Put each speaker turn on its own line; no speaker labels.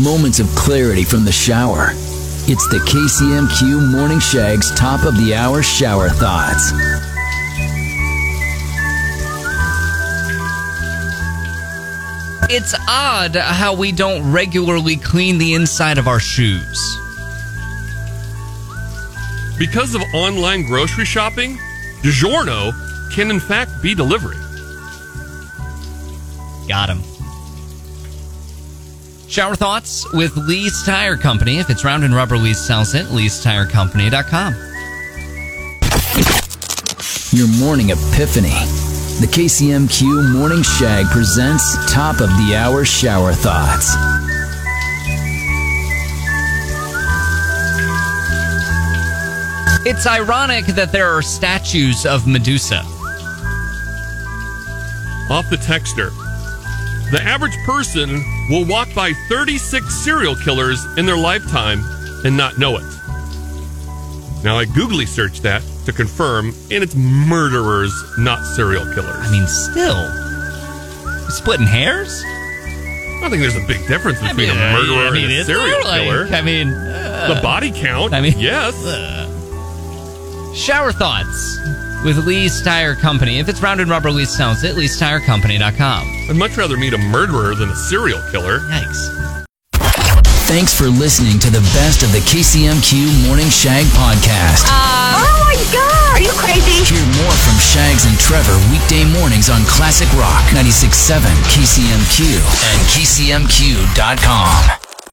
Moments of clarity from the shower. It's the KCMQ Morning Shag's top of the hour shower thoughts.
It's odd how we don't regularly clean the inside of our shoes.
Because of online grocery shopping, DiGiorno can in fact be delivery.
Got him. Shower thoughts with Lee's Tire Company. If it's round and rubber, Lee's sells it. Lee'sTireCompany.com.
Your morning epiphany. The KCMQ Morning Shag presents top of the hour shower thoughts.
It's ironic that there are statues of Medusa.
Off the texter. The average person will walk by 36 serial killers in their lifetime and not know it. Now I googly searched that to confirm, and it's murderers, not serial
I
killers.
mean, still. Splitting hairs?
I don't think there's a big difference
I
between
mean,
a murderer
I mean,
and a
is
serial
there? Like,
killer.
I mean, uh,
the body count.
I mean-
yes.
Shower thoughts with Lee's Tire Company. If it's round and rubber, Lee sells it. Lee'sTireCompany.com.
I'd much rather meet a murderer than a serial killer.
Yikes.
Thanks for listening to the best of the KCMQ Morning Shag podcast.
oh my god! Are you crazy?
Hear more from Shags and Trevor weekday mornings on Classic Rock 96.7 KCMQ and KCMQ.com.